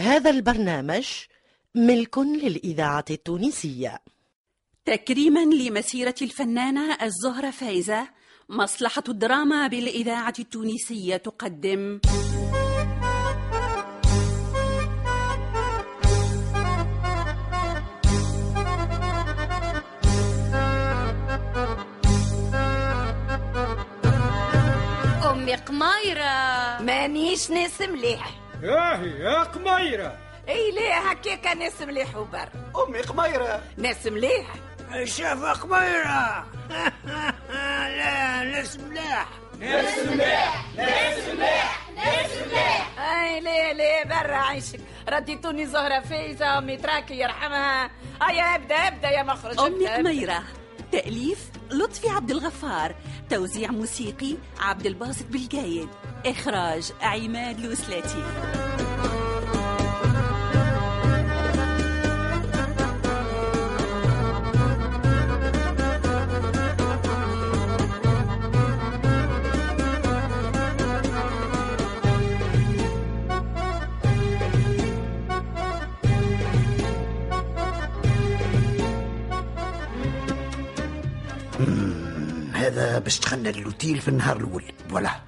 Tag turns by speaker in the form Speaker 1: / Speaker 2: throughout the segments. Speaker 1: هذا البرنامج ملك للإذاعة التونسية
Speaker 2: تكريما لمسيرة الفنانة الزهرة فايزة مصلحة الدراما بالإذاعة التونسية تقدم
Speaker 3: أمي قمايرة
Speaker 4: مانيش ناس مليح
Speaker 5: ياهي يا قميرة
Speaker 4: اي لا هكاك ناس مليح وبر
Speaker 6: أمي قميرة
Speaker 4: ناس مليح
Speaker 7: شاف قميرة لا ناس ملاح
Speaker 4: اي لا لا برا عيشك رديتوني زهرة فايزة امي تراكي يرحمها هيا ابدا ابدا يا مخرج
Speaker 2: أمي
Speaker 4: ابدأ، ابدأ.
Speaker 2: قميرة تأليف لطفي عبد الغفار توزيع موسيقي عبد الباسط بالجايد إخراج عماد لوسلاتي
Speaker 7: هذا باش دخلنا للوتيل في النهار الاول فوالا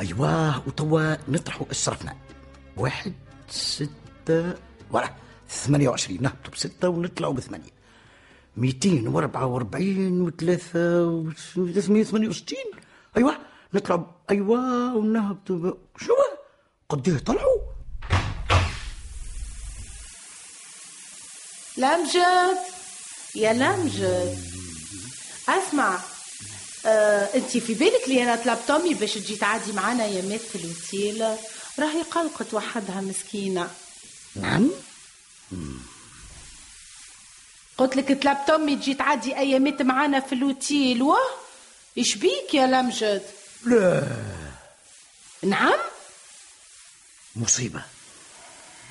Speaker 7: ايواه وتوا نطرحوا اسرفنا واحد ستة ولا 28 نهبطوا بستة ونطلعوا بثمانية 244 و 368 ايوه نطلعوا ب- ايوه ونهبطوا ب... شنو إيه قديه طلعوا
Speaker 8: لمجد يا لمجد اسمع آه، انت في بالك لي انا طلبت امي باش تجي تعدي معنا يامات في الوتيل راهي قلقت وحدها مسكينه
Speaker 7: نعم
Speaker 8: قلت لك طلبت امي تجي تعدي ايامات معنا في الوتيل واه ايش بيك يا لمجد لا نعم
Speaker 7: مصيبة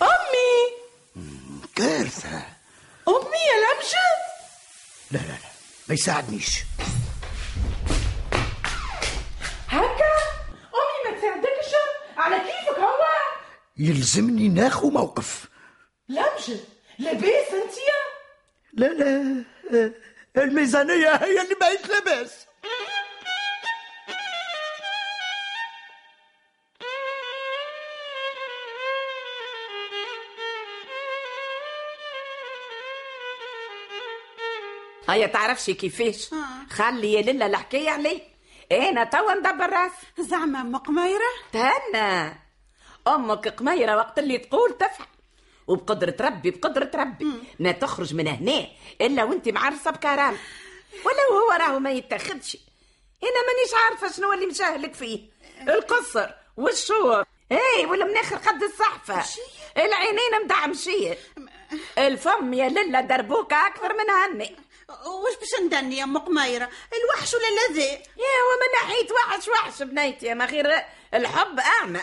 Speaker 8: امي
Speaker 7: كارثة
Speaker 8: امي يا لمجد
Speaker 7: لا لا لا ما يساعدنيش
Speaker 8: هكا امي ما تساعدكش على كيفك هو
Speaker 7: يلزمني ناخو موقف
Speaker 8: لمجد لاباس انت يا
Speaker 7: لا لا آه، الميزانية هي اللي ما يتلبس
Speaker 4: هيا تعرفش كيفاش
Speaker 2: آه.
Speaker 4: خلي يا للا الحكاية علي انا توا ندبر راسي
Speaker 2: زعما أم قميرة
Speaker 4: تهنى امك قميره وقت اللي تقول تفعل وبقدرة ربي بقدرة ربي ما تخرج من هنا إلا وانت معرسة بكرامة ولو هو راهو ما يتاخدش أنا مانيش عارفة شنو اللي مشاهلك فيه القصر والشور إيه، اي والمناخر قد الصحفة العينين مدعمشية الفم يا للا دربوكة أكثر من هني
Speaker 9: واش باش ندني يا ام قميره الوحش ولا الذئب
Speaker 4: يا ومن ناحية وحش وحش بنيتي ما غير الحب أعمى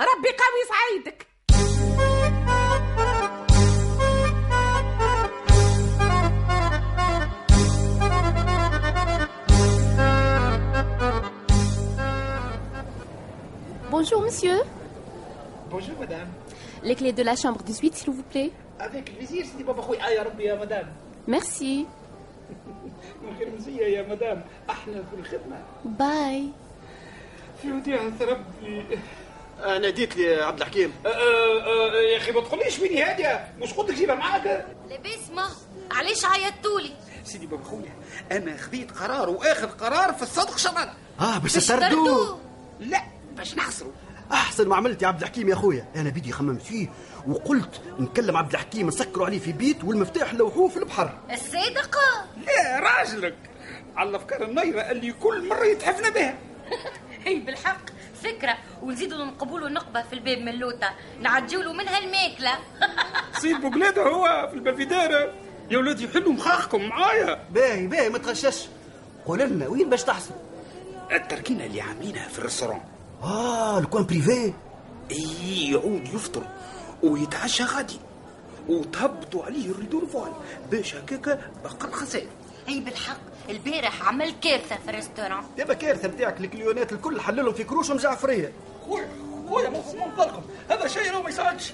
Speaker 4: ربي قوي صعيدك
Speaker 3: Bonjour monsieur,
Speaker 6: بونجور مدام
Speaker 3: les clés de la chambre 18 s'il vous plaît.
Speaker 6: هذاك الفيزير سيدي بابا خويا آه يا ربي يا مدام
Speaker 3: Merci.
Speaker 6: الخرمزية يا مدام أحلى في الخدمة
Speaker 3: Bye.
Speaker 6: في وديعة ربي ناديت لي عبد الحكيم أه، يا أخي ما تقوليش ويني هادية مش قلت لك جيبها معاك
Speaker 3: لاباس ما علاش عيطتولي
Speaker 6: سيدي بابا خويا أنا خذيت قرار وآخذ قرار في الصدق شمالة
Speaker 10: اه باش تسردوا
Speaker 6: لا باش نخسره
Speaker 10: احسن ما عملت يا عبد الحكيم يا خويا انا بيدي خممت فيه وقلت نكلم عبد الحكيم نسكروا عليه في بيت والمفتاح لوحوه في البحر
Speaker 3: الصادقة
Speaker 6: لا راجلك على الأفكار النيرة اللي كل مرة يتحفنا بها
Speaker 3: اي بالحق فكرة ونزيدوا نقبولوا نقبة في الباب من اللوطة نعجولوا منها الماكلة
Speaker 6: سيد بوكلادة هو في البافيدارة يا ولادي حلوا مخاخكم معايا
Speaker 10: باهي باهي ما تغشش قول لنا وين باش تحصل
Speaker 6: التركينة اللي عاملينها في الريستوران
Speaker 10: اه الكوان بريفي
Speaker 6: إيه يعود يفطر ويتعشى غادي وتهبطوا عليه الريدور فوال باش هكاك بقى الخسائر
Speaker 3: اي بالحق البارح عمل كارثة في الريستوران
Speaker 10: دابا كارثه نتاعك الكليونات الكل حللهم في كروشهم جعفريه
Speaker 6: خويا خويا من فضلكم هذا شيء لو ما يساعدش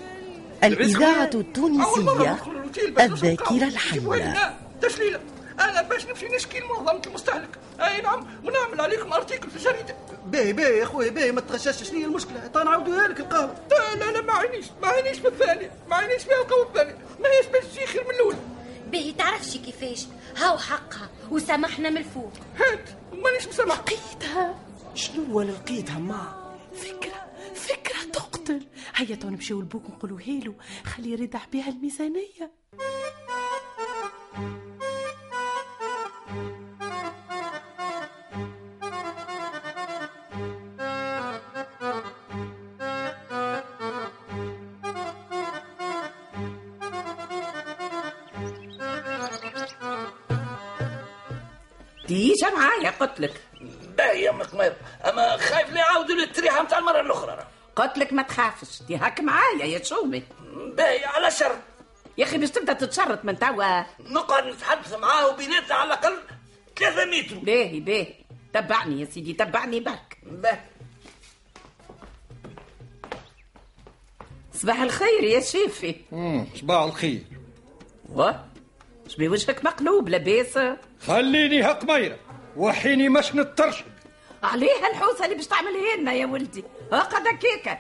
Speaker 1: الإذاعة
Speaker 6: أول مرة
Speaker 1: التونسية
Speaker 6: ندخل الأوتيل باش نشرب
Speaker 1: الذاكرة
Speaker 6: قهوة. جيبوها
Speaker 1: الحية
Speaker 6: لنا. تشليلة أنا باش نمشي نشكي لمنظمة المستهلك أي نعم ونعمل عليكم أرتيكل في الجريدة
Speaker 7: باهي باهي يا خويا باهي ما تخشاش شنو هي المشكله تا نعاودوها لك القهوه
Speaker 6: لا لا لا ما عينيش ما عينيش بالثانية ما عينيش فيها القوة الثانية ما هيش باش تجي خير من الأولى
Speaker 3: باهي تعرفش كيفاش هاو حقها وسامحنا من الفوق
Speaker 6: هات ومانيش مسامح
Speaker 3: لقيتها
Speaker 11: شنو هو اللي لقيتها ما فكرة فكرة تقتل هيا تو نمشيو لبوك نقولوها له خليه يرد بها الميزانية
Speaker 4: ديجا معايا قلت لك
Speaker 12: باهي يا قمير اما خايف لا يعاودوا لي التريحه نتاع المره الاخرى راه.
Speaker 4: قلت لك ما تخافش دي هاك معايا يا تشومي
Speaker 12: باهي على شر
Speaker 4: يا اخي باش تبدا تتشرط من توا
Speaker 12: نقعد نتحدث معاه وبيناتنا على الاقل ثلاثة متر
Speaker 4: باهي باهي تبعني يا سيدي تبعني برك
Speaker 12: باهي
Speaker 4: صباح الخير يا شيفي
Speaker 5: صباح الخير
Speaker 4: و شبي وجهك مقلوب لاباس
Speaker 5: خليني هقميرة وحيني مش نترشد
Speaker 4: عليها الحوسه اللي باش تعملها لنا يا ولدي اقعد هكاكا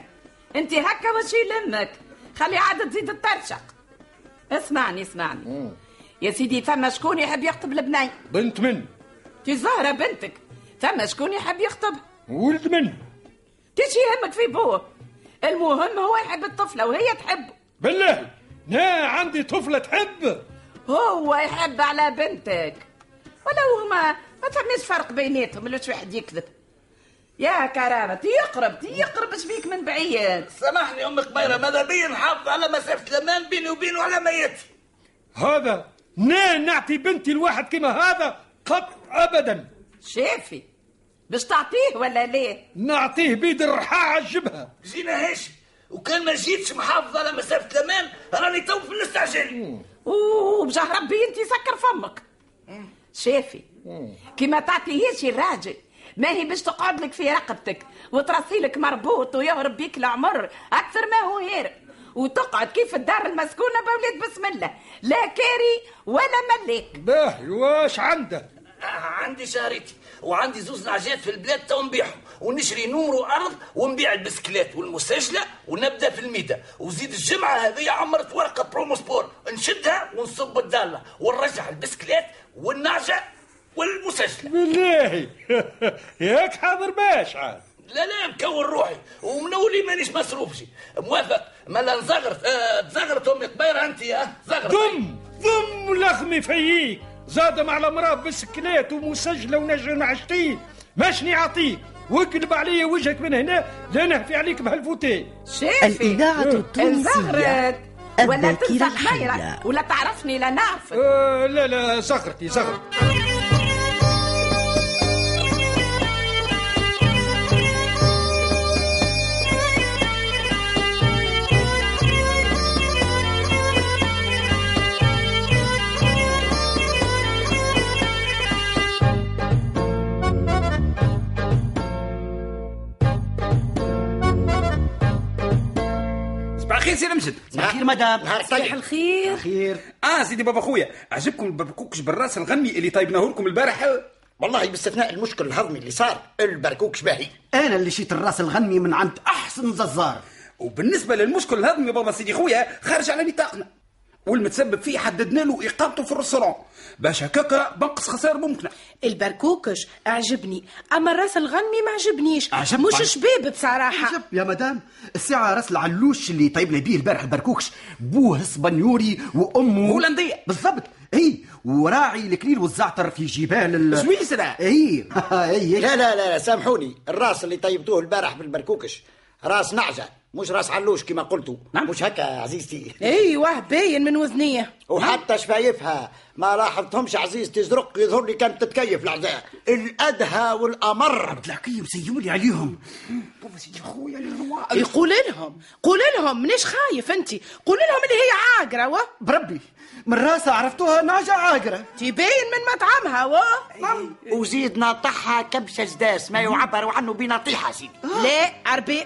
Speaker 4: انت هكا وش يلمك خلي عاد تزيد تطرشق اسمعني اسمعني يا سيدي فما شكون يحب يخطب البنين
Speaker 5: بنت من
Speaker 4: تي زهره بنتك فما شكون يحب يخطب
Speaker 5: ولد من
Speaker 4: تيجي يهمك في بوه المهم هو يحب الطفله وهي تحبه
Speaker 5: بالله نا عندي طفلة تحب
Speaker 4: هو يحب على بنتك ولو هما ما فماش فرق بيناتهم ولا شو واحد يكذب يا كرامة يقرب يقرب شبيك من بعيد
Speaker 12: سامحني ام قميره ماذا بيا نحافظ على مسافه الامان بيني وبينه على ميتي
Speaker 5: هذا نا نعطي بنتي لواحد كما هذا قط أبدا
Speaker 4: شافي باش تعطيه ولا ليه
Speaker 5: نعطيه بيد الرحاعة الجبهة
Speaker 12: جينا هاشم وكان ما جيتش محافظ على مسافه الامان راني تو في الاستعجال
Speaker 4: وبجاه ربي انت سكر فمك شافي كي ما تعطيهيش الراجل ما هي باش تقعد لك في رقبتك وتراسيلك مربوط ويهرب بيك العمر اكثر ما هو هير وتقعد كيف الدار المسكونه بولاد بسم الله لا كاري ولا مليك
Speaker 5: باهي واش عنده
Speaker 12: عندي شهريتي وعندي زوز نعجات في البلاد تو نبيعهم ونشري نمر وارض ونبيع البسكلات والمسجله ونبدا في الميدا وزيد الجمعه هذه عمرت ورقه برومو سبور نشدها ونصب الداله ونرجع البسكلات والنعجه والمسجله
Speaker 5: بالله ياك حاضر باش عاد
Speaker 12: لا لا مكون روحي ومن اولي مانيش مصروفشي موافق مالا نزغرت آه تزغرت امي قبيره انت ها آه. زغرت
Speaker 5: ضم ضم لخمي فيك زاد على مراه بسكليت ومسجله ونجم عشتين ماشني عطيك واقلب عليا وجهك من هنا لا نهفي عليك بهالفوتين
Speaker 4: شافي
Speaker 1: الإذاعة التونسية
Speaker 4: انزغرت ولا
Speaker 1: الذاكرة
Speaker 4: تنسى
Speaker 1: الحية.
Speaker 4: خميرة ولا تعرفني لا نعرفك
Speaker 5: آه لا لا زغرتي زغرتي
Speaker 13: صباح الخير سي رمجد
Speaker 7: صباح الخير مدام
Speaker 13: صباح
Speaker 7: الخير خير
Speaker 13: اه سيدي بابا خويا عجبكم البركوكش بالراس الغمي اللي طيبناه لكم البارح
Speaker 8: والله باستثناء المشكل الهضمي اللي صار البركوكش باهي
Speaker 7: انا اللي شيت الراس الغني من عند احسن ززار
Speaker 13: وبالنسبه للمشكل الهضمي بابا سيدي خويا خارج على نطاقنا والمتسبب فيه حددنا له اقامته في الرستوران باش هكاك بنقص خسائر ممكنه
Speaker 11: البركوكش أعجبني أما الراس الغنمي ما عجبنيش
Speaker 7: عجبك؟
Speaker 11: مش شباب بصراحة
Speaker 7: يا مدام الساعة راس العلوش اللي طيبنا بيه البارح البركوكش بوه اسبانيوري وامه
Speaker 13: هولندية.
Speaker 7: بالضبط اي وراعي الكليل والزعتر في جبال ال... إيه.
Speaker 8: سويسرا.
Speaker 7: اي اي
Speaker 8: إيه، لا لا لا لا، سامحوني الراس اللي طيبتوه البارح بالبركوكش راس نعجة مش راس علوش كما قلتوا
Speaker 13: نعم.
Speaker 8: مش هكا عزيزتي
Speaker 11: ايوه باين من وذنيه
Speaker 8: وحتى شفايفها ما لاحظتهمش عزيزتي زرق يظهر لي كانت تتكيف العزاء الادهى والامر عبد
Speaker 7: الحكيم سيولي عليهم
Speaker 11: يقول لهم قول لهم مناش خايف انت قول لهم اللي هي عاقرة و
Speaker 7: بربي من راسها عرفتوها نعجة عاقرة
Speaker 11: تبين من مطعمها و
Speaker 8: وزيد ناطحها كبشه جداس ما يعبر عنه بنطيحه سيدي
Speaker 11: لا أرباع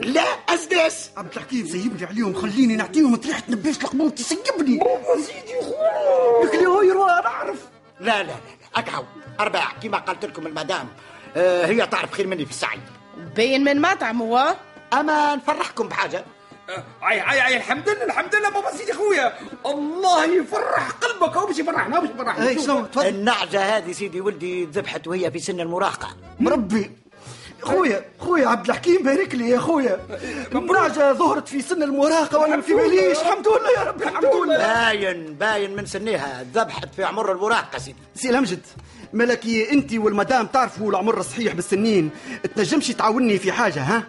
Speaker 7: لا أسداس عبد الحكيم سيبني عليهم خليني نعطيهم طريحة نباش لقبون تسيبني بابا سيدي خويا لك لي انا أعرف
Speaker 8: لا لا لا لا، اقعوا أربعة كما قالت لكم المدام آه، هي تعرف خير مني في السعي
Speaker 14: باين من مطعم هو
Speaker 8: أما نفرحكم بحاجة
Speaker 15: عاي عاي عاي الحمد لله الحمد لله بابا سيدي خويا الله يفرح قلبك هو باش يفرحنا هو باش يفرحنا
Speaker 7: إيه،
Speaker 15: شوف.
Speaker 8: النعجة هذه سيدي ولدي ذبحت وهي في سن المراهقة
Speaker 7: مربي خويا خويا عبد الحكيم بارك لي يا خويا النعجة ظهرت في سن المراهقة وأنا في باليش الحمد لله يا رب الحمد لله
Speaker 8: باين باين من سنيها ذبحت في عمر المراهقة سيدي
Speaker 7: سي الامجد ملكي انت والمدام تعرفوا العمر الصحيح بالسنين تنجمش تعاوني في حاجه ها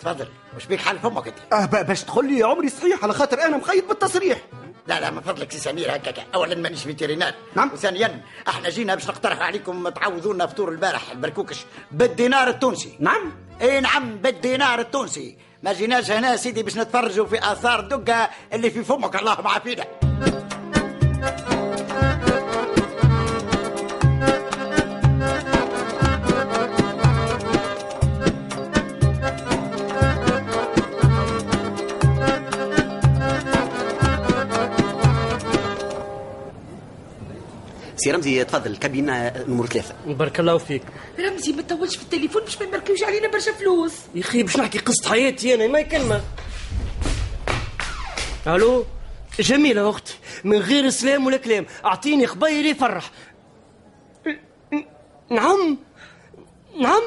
Speaker 8: تفضل وش بيك حال فمك انت
Speaker 7: اه ب- باش تقول لي عمري صحيح على خاطر انا مخيط بالتصريح
Speaker 8: لا لا من فضلك سي سمير هكاك اولا مانيش فيترينار نعم وثانيا احنا جينا باش نقترح عليكم تعوضونا فطور البارح البركوكش بالدينار التونسي
Speaker 7: نعم
Speaker 8: اي نعم بالدينار التونسي ما جيناش هنا سيدي باش نتفرجوا في اثار دقه اللي في فمك اللهم عافينا
Speaker 16: سي رمزي تفضل الكابينة نمر ثلاثة
Speaker 6: بارك الله فيك
Speaker 4: رمزي ما تطولش في التليفون باش ما يمركبش علينا برشا فلوس
Speaker 6: يا اخي باش نحكي قصه حياتي انا ما كلمه الو جميله اختي من غير سلام ولا كلام اعطيني خبير يفرح ن- نعم نعم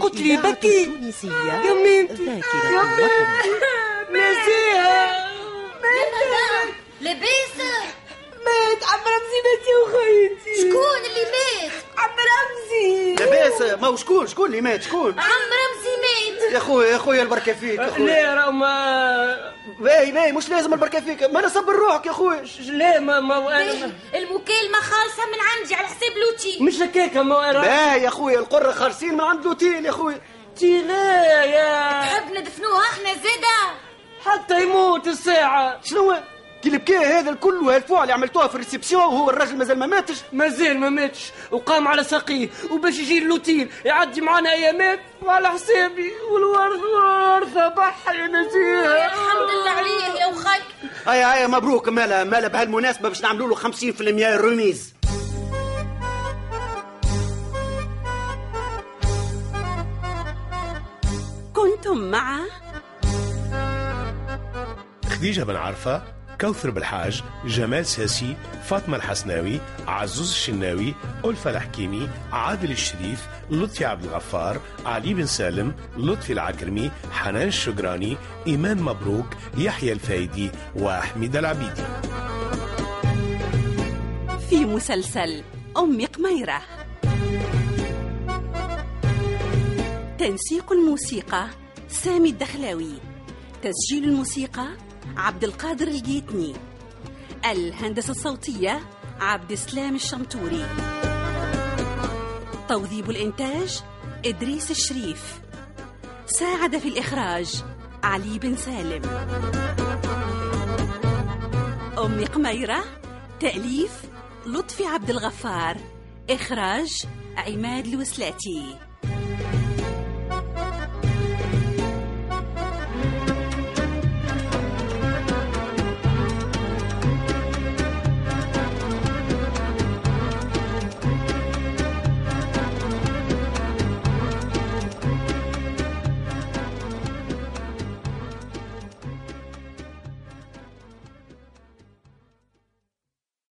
Speaker 6: قلت لي
Speaker 1: الإذاعة
Speaker 6: بكي
Speaker 1: التونسية
Speaker 6: يا ميمتي
Speaker 1: ذاكرة
Speaker 6: يا ميمتي نسيها
Speaker 3: ماذا؟ لاباس
Speaker 4: مات عم رمزي ماتي وخيتي
Speaker 3: شكون اللي مات؟
Speaker 4: عم رمزي
Speaker 7: لاباس ما هو شكون شكون اللي مات شكون
Speaker 3: عم رمزي مات
Speaker 7: يا خويا يا خويا البركه فيك يا
Speaker 6: لا
Speaker 7: خويا
Speaker 6: راه ما
Speaker 7: باهي باهي مش لازم البركه فيك ما انا صبر روحك يا خويا
Speaker 6: لا ما ما
Speaker 3: باهي، المكالمة خالصة من عندي على حساب لوتي
Speaker 6: مش هكاك ما
Speaker 7: باهي يا خويا القرة خالصين من عند لوتيل يا خويا
Speaker 6: تي لا يا
Speaker 3: تحب ندفنوها احنا زادة
Speaker 6: حتى يموت الساعة
Speaker 7: شنو كي بكى هذا الكل وهالفوع اللي عملتوها في الريسبسيون وهو الراجل مازال ما ماتش
Speaker 6: مازال ما ماتش وقام على ساقيه وباش يجي اللوتيل يعدي معانا ايامات وعلى حسابي والورث والورثة بحي نسيها
Speaker 3: الحمد لله عليه يا وخي
Speaker 7: هيا هيا مبروك مالا مالا بهالمناسبة باش نعملوا له 50% رميز
Speaker 4: كنتم مع
Speaker 17: خديجة بن عرفة كوثر بالحاج جمال ساسي فاطمة الحسناوي عزوز الشناوي ألفة الحكيمي عادل الشريف لطفي عبد الغفار علي بن سالم لطفي العكرمي حنان الشجراني إيمان مبروك يحيى الفايدي وحميد العبيدي
Speaker 2: في مسلسل أم قميرة تنسيق الموسيقى سامي الدخلاوي تسجيل الموسيقى عبد القادر الجيتني الهندسة الصوتية عبد السلام الشمتوري توظيب الإنتاج إدريس الشريف ساعد في الإخراج علي بن سالم أم قميرة تأليف لطفي عبد الغفار إخراج عماد الوسلاتي